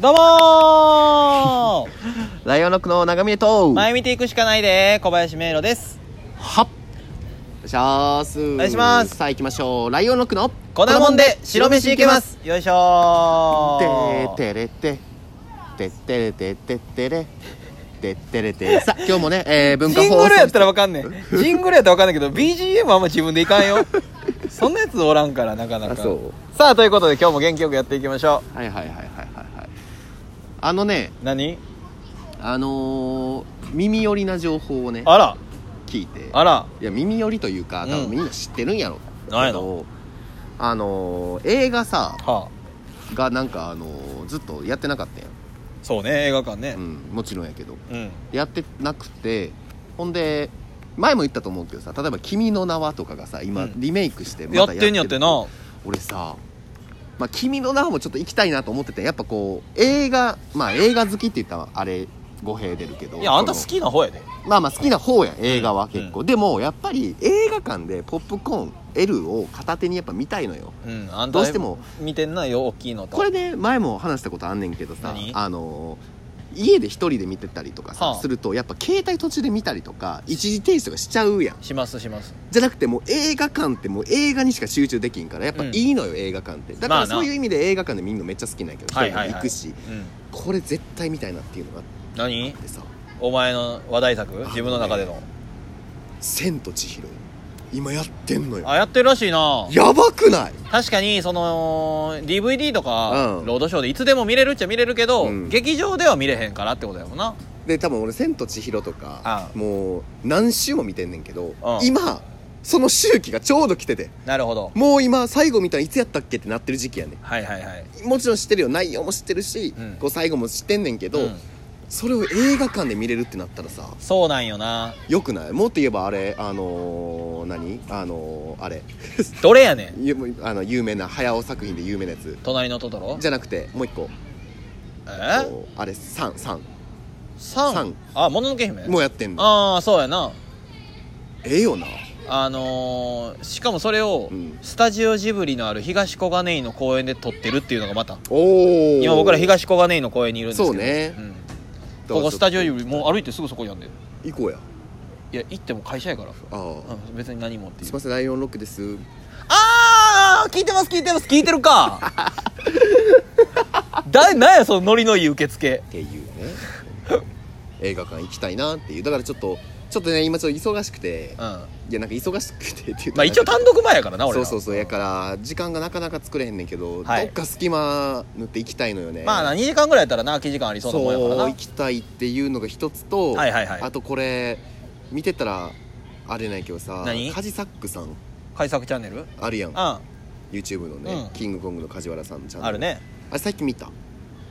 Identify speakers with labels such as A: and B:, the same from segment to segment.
A: どうも
B: ライオンロックの長峰と
A: ー前見ていくしかないで小林迷路です
B: はっしゃーすお
A: 願いします
B: さあ行きましょうライオンロックの
A: こんなもんで白飯いけま
B: て
A: すよいしょー
B: ーてれててってれてってってれてってれてさあ今日もね、えー、文化
A: ジン
B: 放
A: グルやっ
B: 送
A: たらわかんねんジングルやったらわかんねんけど BGM あんま自分でいかんよそんなやつおらんからなかなか
B: あそう
A: さあということで今日も元気よくやっていきましょ
B: はいはいはいはいはいはいあのね
A: う何
B: あのー、耳寄りな情報をね
A: あら
B: 聞いて
A: あら
B: いや耳寄りというか多
A: うん
B: 分みんな知ってるんやろ、
A: なんや
B: けどあのー、映画さ
A: はあ
B: がなんかあのー、ずっとやってなかったやん
A: そうね映画館ね
B: うん、もちろんやけど
A: うん
B: やってなくてほんで前も言ったと思うけどさ例えば「君の名は」とかがさ今
A: うん
B: リメイクして
A: や
B: ま
A: ったてんやってな
B: 俺さ「まあ、君の名は」もちょっと行きたいなと思っててやっぱこう映画まあ映画好きって言ったらあれ語弊出るけど
A: いやあんた
B: そ
A: 好
B: の
A: きな方やで
B: まあまあ好きな方やん映画は結構、
A: う
B: でもやっぱり映画館でポップコーン L を片手にやっぱ見たいのよ
A: うんあんた
B: どうしても
A: 見てんなよ大きいのと
B: これね前も話したことあんねんけどさ
A: 何
B: あの家で一人で見てたりとかさ、
A: はあ
B: するとやっぱ携帯途中で見たりとか一時停止とかしちゃうやん
A: しますします
B: じゃなくてもう映画館ってもう映画にしか集中できんからやっぱ
A: う
B: い
A: ん
B: いのよ、映画館ってだ
A: ま
B: か
A: あ
B: ら
A: な
B: そういう意味で映画館で見るのめっちゃ好きなんやけど一
A: はい
B: 人
A: はい
B: で
A: はい
B: 行くし、
A: うん
B: これ絶対みたいなっていうのがあ
A: 何
B: ってさ
A: お前の話題作自分の中での
B: 「千と千尋」今やってんのよ
A: あやってるらしいな
B: やばくない
A: 確かにその DVD とか、
B: うん
A: ロードショーでいつでも見れるっちゃ見れるけど、
B: うん
A: 劇場では見れへんからってことやもんな
B: で多分俺「千と千尋」とか
A: あ
B: もう何週も見てんねんけど、
A: うん
B: 今その周期がちょうど来てて
A: なるほど
B: もう今最後見たらいつやったっけってなってる時期やね
A: はいはいはい
B: もちろん知ってるよ内容も知ってるし、
A: うん
B: こう最後も知ってんねんけど、
A: うん
B: それを映画館で見れるってなったらさ
A: そうなんよな
B: よくないもっと言えばあれあのー、何あのー、あれ
A: どれやねん
B: ゆあの有名な早尾作品で有名なやつ
A: 隣のトトロ
B: じゃなくてもう一個
A: え
B: こうあれ33
A: サ
B: サ
A: ン
B: ン
A: あもののけ姫
B: もうやってんの
A: ああそうやな
B: ええよな
A: あのー、しかもそれを、
B: うん
A: スタジオジブリのある東小金井の公園で撮ってるっていうのがまた
B: おお
A: 今僕ら東小金井の公園にいるんですけど
B: そうね
A: んここスタジオジブリもう歩いてすぐそこにあんで
B: 行こうや
A: いや行っても会社やから
B: ああ、
A: うん別に何もってい
B: すいうませんライオンロックです
A: ああ聞いてます聞いてます聞いてるか だなんやそのノリのいい受付
B: っていうね映画館行きたいなっていうだからちょっとちょっとね今ちょっと忙しく
A: う
B: て
A: んま
B: いやなんか忙しくてっていう
A: あ一応単独前やからな俺
B: そ
A: ら
B: うそうそうやから時間がなかなか作れへんねんけど、
A: はい
B: どっか隙間塗って行きたいのよね
A: まあな2時間ぐらいやったらな空き時間ありそ
B: そう
A: うなもんやからな
B: 行きたいっていうのが一つと、
A: はいはいはい
B: あとこれ見てたらあれないけどさ
A: 何
B: カジサックさん
A: 改作チャンネルうん
B: あるやん
A: あ
B: YouTube のね、
A: うん
B: キングコングの梶原さんちゃん
A: るね
B: あれ最近見た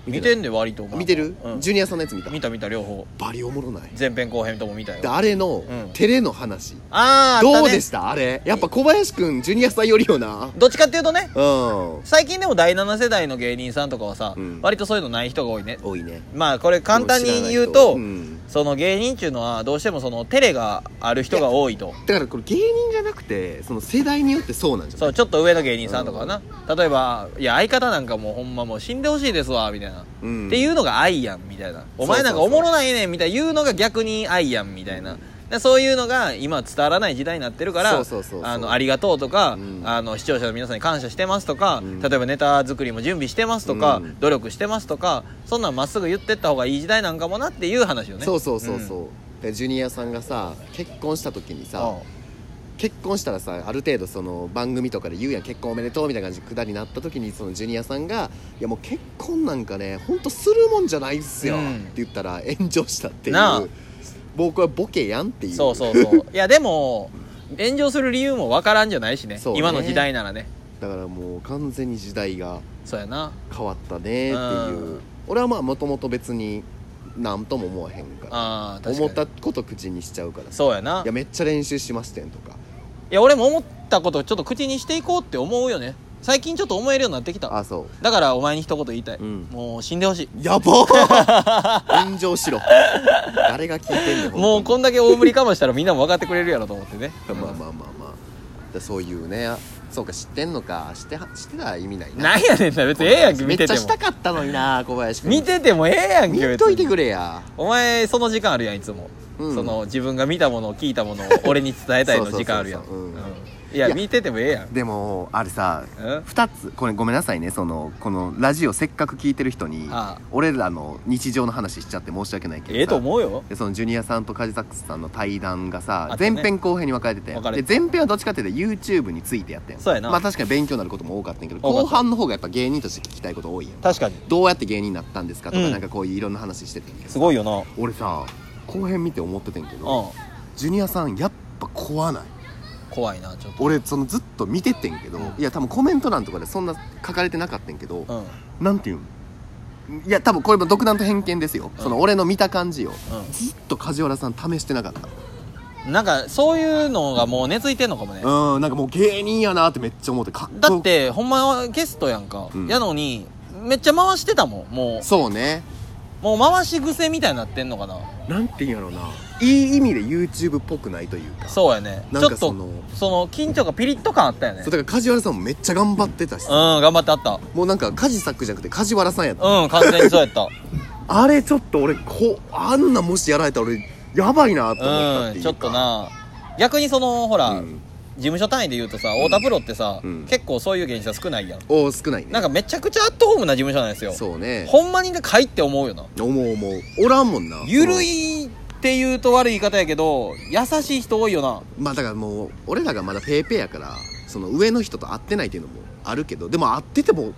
A: 見
B: て
A: て
B: ない
A: んで割とお前も
B: 見てる、
A: うん
B: ジュニアさんのやつ見た
A: 見た見た両方
B: バリおもろない
A: 前編後編とも見たよ
B: であれの、
A: うん
B: テレの話
A: ああ
B: どうでしたたあれやっぱ小林くんジュニアさんよりよな
A: どっちかっていうとね
B: うん
A: 最近でも第7世代の芸人さんとかはさ、
B: うん
A: 割とそういうのない人が多いね
B: 多いね
A: まあこれ簡単に言うと、
B: ん
A: その芸人っていうのはどうしてもそのテレがある人が多いと
B: だからこれ芸人じゃなくてその世代によってそうなんじゃな
A: そ
B: いう
A: ちょっと上の芸人さんとかはな、例えばいや相方なんかもうほんまもう死んでほしいですわみたいな、
B: う、ん、
A: っていううのが愛やんみたいなお前なんか
B: そう
A: お
B: そうそう
A: もろないねんみたいな言うのが逆に愛やんみたいなでそういうのが今伝わらない時代になってるから
B: そうそうそうそう
A: あのありがとうとか、
B: うん
A: あの視聴者の皆さんに感謝してますとか、
B: うん
A: 例えばネタ作りも準備してますとか、
B: うん
A: 努力してますとかそんなんまっすぐ言ってった方がいい時代なんかもなっていう話よね
B: そうそうそうそうう、でジュニアさんがさ結婚した時にさ
A: あ
B: 結婚したらさある程度その番組とかで言うやん結婚おめでとうみたいな感じでくだりなった時にそのジュニアさんが「いやもう結婚なんかねほんとするもんじゃないっすよ」
A: う
B: っ
A: ん
B: て言ったら炎上したってい
A: なあ
B: う僕はボケやんっていう
A: そうそう そういやでも炎上する理由もわからんじゃないしね
B: そうね
A: 今の時代ならね
B: だからもう完全に時代が
A: そうやな
B: 変わったねっていう
A: うん
B: 俺はまあもともと別に何とも思わへんから
A: あー確か
B: 思
A: に
B: ったこと口にしちゃうからさ
A: そうやない
B: やめっちゃ練習しましてんとか
A: いや俺も思ったことをちょっと口にしていこうって思うよね最近ちょっと思えるようになってきた
B: あそ
A: だからお前に一言言いたい、
B: うん
A: もう死んでほしいう
B: やば ー炎上しろ誰が聞いてんねん
A: もうこんだけ大振りかましたらみんなも分かってくれるやろと思ってね
B: まあまあまあまあだそういうねそうか知ってんのか知っては知ってたら意味ないな
A: なんやねんな別にええやんけ見てて
B: めっちゃ
A: も
B: したかったのにな小林君
A: 見ててもええやん
B: 見
A: け
B: っといて
A: 別に
B: くれや
A: お前その時間あるやんいつも、
B: うん
A: その自分が見たものを聞いた ものを俺に伝えたいの時間あるやん
B: そうそうそう
A: う
B: そううん
A: んいや
B: いや
A: 見ててもええやん
B: でもあれさ
A: うん
B: 2つこれごめんなさいねそのこのラジオせっかく聞いてる人に
A: ああ
B: 俺らの日常の話しちゃって申し訳ないけどさ
A: ええと思うよ
B: でそのジュニアさんとカジサックスさんの対談が
A: あ
B: さ、
A: ったね
B: 前編後編に分かれてて
A: 分かれて
B: で前編はどっちかっていうと YouTube についてやってん
A: そうやな
B: まあ確かに勉強になることも多かったんやけど
A: 多かった
B: 後半の方がやっぱ芸人として聞きたいこと多いやん
A: 確かに
B: どうやって芸人になったんですかとか、
A: うん
B: なんかこういういろんな話しててんけ
A: す
B: ど
A: ごいよな
B: 俺さ後編見て思っててんけど、
A: うん
B: ジュニアさんやっぱ怖ない
A: 怖いなちょっと
B: 俺そのずっと見ててんけど、
A: うん
B: いや多分コメント欄とかでそんな書かれてなかったんけど、
A: うんうん
B: なんていうんいや多分これも独断と偏見ですよ、
A: うん
B: その俺の見た感じをずっと梶原さん試してなかった
A: なんかそういうのがもう根付いてんのかもね
B: うんなんかもう芸人やなってめっちゃ思ってかっこよ
A: だってほんまはゲストやんか、
B: うん
A: やのにめっちゃ回してたもんも
B: そうね
A: うもう回し癖みたいになってんのかな
B: なんていうんやろうないい意味で YouTube っぽくないというか
A: そうやねち
B: なん
A: ょ
B: か
A: っ
B: そ
A: と
B: の
A: その緊張がピリッと感あったよね
B: そうだから梶原さんもめっちゃ頑張ってた
A: う
B: し
A: ん頑張ってあった
B: もうなんか梶作じゃなくて梶原さんやった
A: うん完全にそうやった
B: あれちょっと俺こあんなもしやられたら俺やばいなと思ったっ
A: う
B: て
A: ん
B: いう
A: ち
B: か
A: ょっとな逆にそのほら、
B: うん
A: 事務所単位で言うとさ太田プロってさ、
B: うん
A: 結構そういう芸人さん少ないやん
B: おー少ないね
A: なんかめちゃくちゃアットホームな事務所なんですよ
B: そうね
A: ほんまにがかいって思うよな
B: 思う思うおらんもんな
A: ゆるいって言うと悪い言い方やけど優しい人多いよな
B: まあだからもう俺らがまだペーペーやからその上の人と会ってないっていうのもあるけどでも会ってても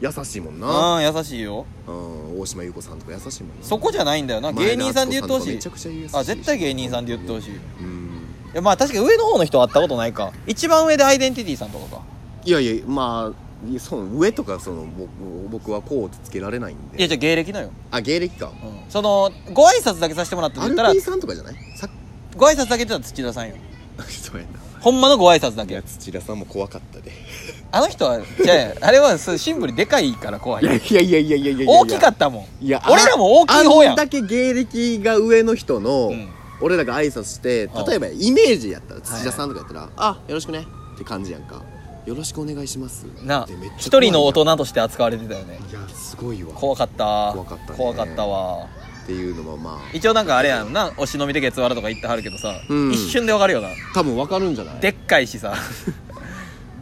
B: 優しいもんな、
A: うん優しいよ
B: うん、大島優子さんとか優しいもんな
A: そこじゃないんだよな芸人さんで言ってほし
B: 前
A: い
B: 田敦子さんとかめちゃくちゃ優しいし
A: あ絶対芸人さんで言ってほしいい
B: うん
A: やまあ確かに上の方の人は会ったことないか一番上でアイデンティティさんとかか
B: いやいやまあいやその上とかその僕僕はこうってつけられないん
A: いや
B: で
A: じゃあ芸歴のよ、
B: あ芸歴か
A: うん、そのご挨拶だけさせてもらったって
B: ア
A: 言
B: ル
A: っ
B: ピ
A: たら
B: ーさんとかじゃないさっ
A: ご挨拶だけ言ったら土田さんよ
B: そうやな
A: ほんまのご挨拶だ
B: いや
A: け
B: 土田さんも怖かったで
A: あの人はじゃああれはそうシンプルにでかいから怖い
B: いやいやいやいやいやいや
A: 大きかったもん
B: いや
A: 俺らも大きい方やん
B: あんだけ芸歴が上の人の、
A: うん
B: 俺らが挨拶して
A: うん
B: 例えばイメージやったら土田さんとかやったら「あよろしくね」って感じやんか「よろしくお願いします」
A: な
B: ってめっちゃ
A: 一人の大
B: 怖
A: 人
B: い
A: として扱われてたよね
B: やんいやすごいわ
A: 怖かった
B: 怖かったね
A: 怖かったわ
B: っていうのもまあ
A: 一応なんかあれやんなお忍びで月割るとか言ってはるけどさ、
B: うん
A: 一瞬でわかるよな
B: 多分わかるんじゃない
A: でっかいしさ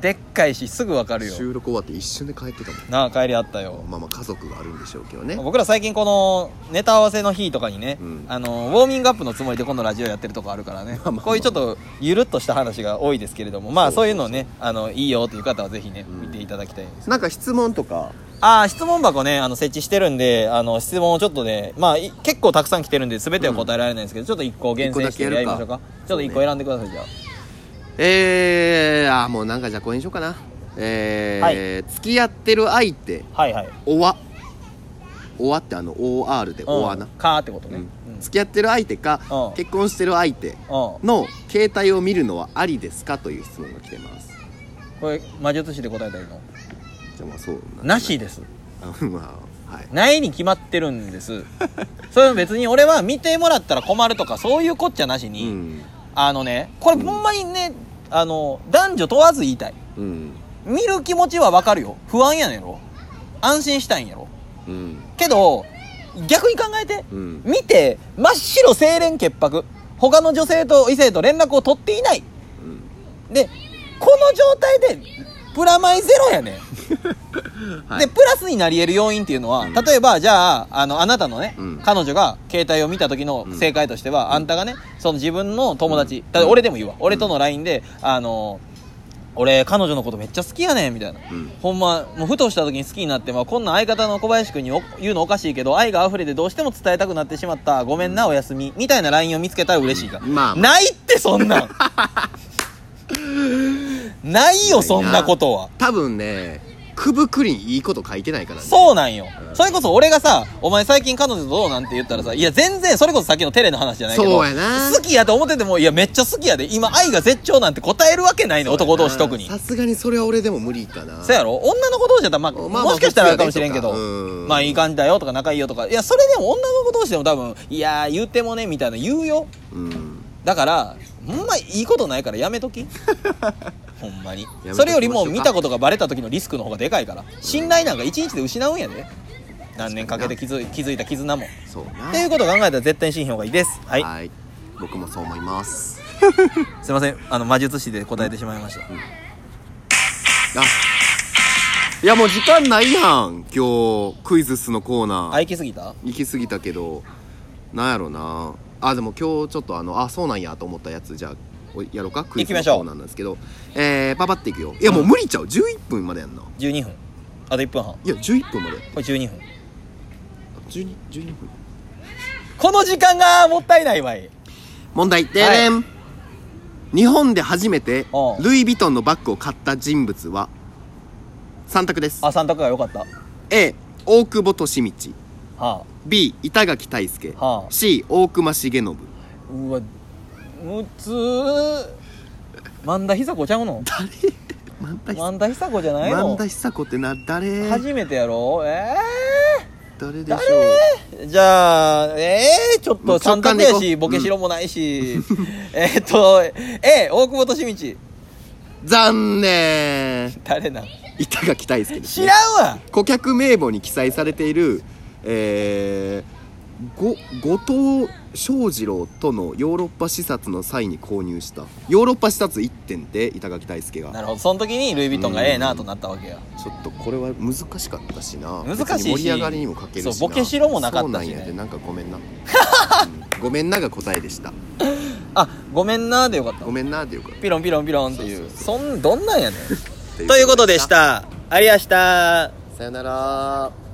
A: でっかいしすぐわかるよ
B: 収録終わって一瞬で帰ってたも
A: なあ帰りあったよ
B: んまあまあ家族があるんでしょうけどね
A: 僕ら最近このネタ合わせの日とかにね、
B: うん
A: あのウォーミングアップのつもりで今度ラジオやってるとこあるからね、
B: まあまあ
A: こういうちょっとゆるっとした話が多いですけれどもまあ
B: そう
A: そう
B: そ
A: いうう
B: そ
A: の
B: う
A: をねあのいいよという方はぜひね、
B: うん
A: 見ていただきたいです
B: なんか質問とか
A: ああ質問箱ねあの設置してるんであの質問をちょっとねまあい結構たくさん来てるんで全ては答えられないんですけど、ちょっと1個厳選して
B: 一個
A: や
B: だけやる
A: り
B: か
A: ましょうかちょっと1
B: そう
A: 個
B: ね
A: 選んでくださいじゃあ
B: えー、あーもうなんかじゃあこれにしようかなえー付き合ってる相手
A: はいはい
B: おわおわってあの OR でおわな、
A: うんかーってことね、
B: う
A: うんん
B: 付き合ってる相手か、
A: うん
B: 結婚してる相手
A: うん
B: の携帯を見るのはありですかという質問が来てます
A: これ魔術師で答えたらいいの
B: じゃあまあそう
A: なしです
B: あまあはい
A: ないに決まってるんです それも別に俺は見てもらったら困るとかそういうこっちゃなし
B: う
A: に、
B: ん
A: あのねこれほんまにね、あの男女問わず言いたい
B: うん
A: 見る気持ちはわかるよ不安やねんやろ安心したいんやろ
B: うん
A: けど逆に考えて、
B: うん
A: 見て真っ白清廉潔白他の女性と異性と連絡を取っていないでこの状態でプラマイゼロやねん
B: はい
A: でプラスになり得る要因っていうのは、
B: うん
A: 例えばじゃああのあなたのね、
B: うん
A: 彼女が携帯を見た時の
B: うん
A: 正解としては、あんたがねその自分の友達、
B: うん
A: だって俺でもいいわ、俺との LINE であの俺彼女のことめっちゃ好きやねんみたいな、
B: うん
A: ほんまもうふとした時に好きになって、まあ、こんなん相方の小林君にお言うのおかしいけど愛が溢れてどうしても伝えたくなってしまったごめんな、おやすみみたいな LINE を見つけたら嬉しいが、
B: うんまあまあ
A: ないってそんなん ないよそんなことは
B: 多分ねくぶくりにいいこと書いてないからね
A: そうなんよ
B: う。ん
A: それこそ俺がさ、お前最近彼女とどうなんて言ったらさ、いや全然、それこそさっきのテレの話じゃないけど、
B: そうやな
A: 好きやと思ってても、いやめっちゃ好きやで、今愛が絶頂なんて答えるわけないの、男同士特に。
B: さすがにそれは俺でも無理かな
A: そうやろ女の子同士だったら、まあ、
B: まあまあ
A: もしかしたらあるかもしれんけど、
B: そうやねとかうん
A: まあいい感じだよとか仲いいよとか、いやそれでも女の子同士でも多分、いやー言うてもね、みたいな言うよ。
B: うん
A: だから、ほんまいいことないからやめとき。ほんまに
B: めときましょうか
A: それよりも見たことがバレた時のリスクの方がでかいから信頼なんか1日で失うんやで何年かけて気づい気づいた絆も
B: そうな
A: っていうことを考えたら絶対にしんほうがいいですはい
B: はい僕もそう思います
A: すいませんあの魔術師で答えてしまいました
B: あいやもう時間ないやん今日クイズッスのコーナー、
A: あ行き過ぎた
B: 行き過ぎたけどなんやろなあでも今日ちょっとあのあそうなんやと思ったやつじゃあおやろうかクイズの
A: 行きましょう
B: コーナーなんですけどえー、パパっていくよいやもう無理ちゃう11分までやんな
A: 12分あと1分半こ
B: いや11分までや
A: れ12分
B: 12, 12分
A: この時間がもったいないわい
B: 問題でれん、日本で初めて
A: おう
B: ルイ・ヴィトンのバッグを買った人物は3択です
A: あ三択が良かった
B: A 大久保利通
A: はあ
B: B 板垣退助、
A: はあ
B: C 大隈重信
A: うわむ つー万田久子ちゃうの
B: 誰万田久
A: 万田久子じゃない
B: 万
A: の
B: 田久子ってな誰
A: 初めてやろえ
B: 誰でしょう
A: えじゃあええちょっと
B: もう直
A: 三
B: 感
A: 択
B: でいこ
A: や
B: う
A: しボケしろもないし、 えーっと A 大久保利道
B: 残念
A: 誰なん
B: 板垣大輔です、
A: 知
B: ね、
A: らんわ
B: 顧客名簿に記載されているえー、ご後藤翔二郎とのヨーロッパ視察の際に購入したヨーロッパ視察1点で板垣大輔
A: な
B: が
A: るほどその時にルイ・ヴィトンがええなとなったわけや
B: ちょっとこれは難しかったしな
A: 難しいし
B: 別に盛り上がりにも欠けるしな
A: そうボケしろもなかったしね
B: そうなんやでなんかごめんな、うんごめんなが答えでした
A: あごめんなーでよかった
B: ごめんなでよかっ
A: ピロンピロンピロンっていうそんどんなんやねん
B: た
A: ということでしたありがとうございました
B: さよなら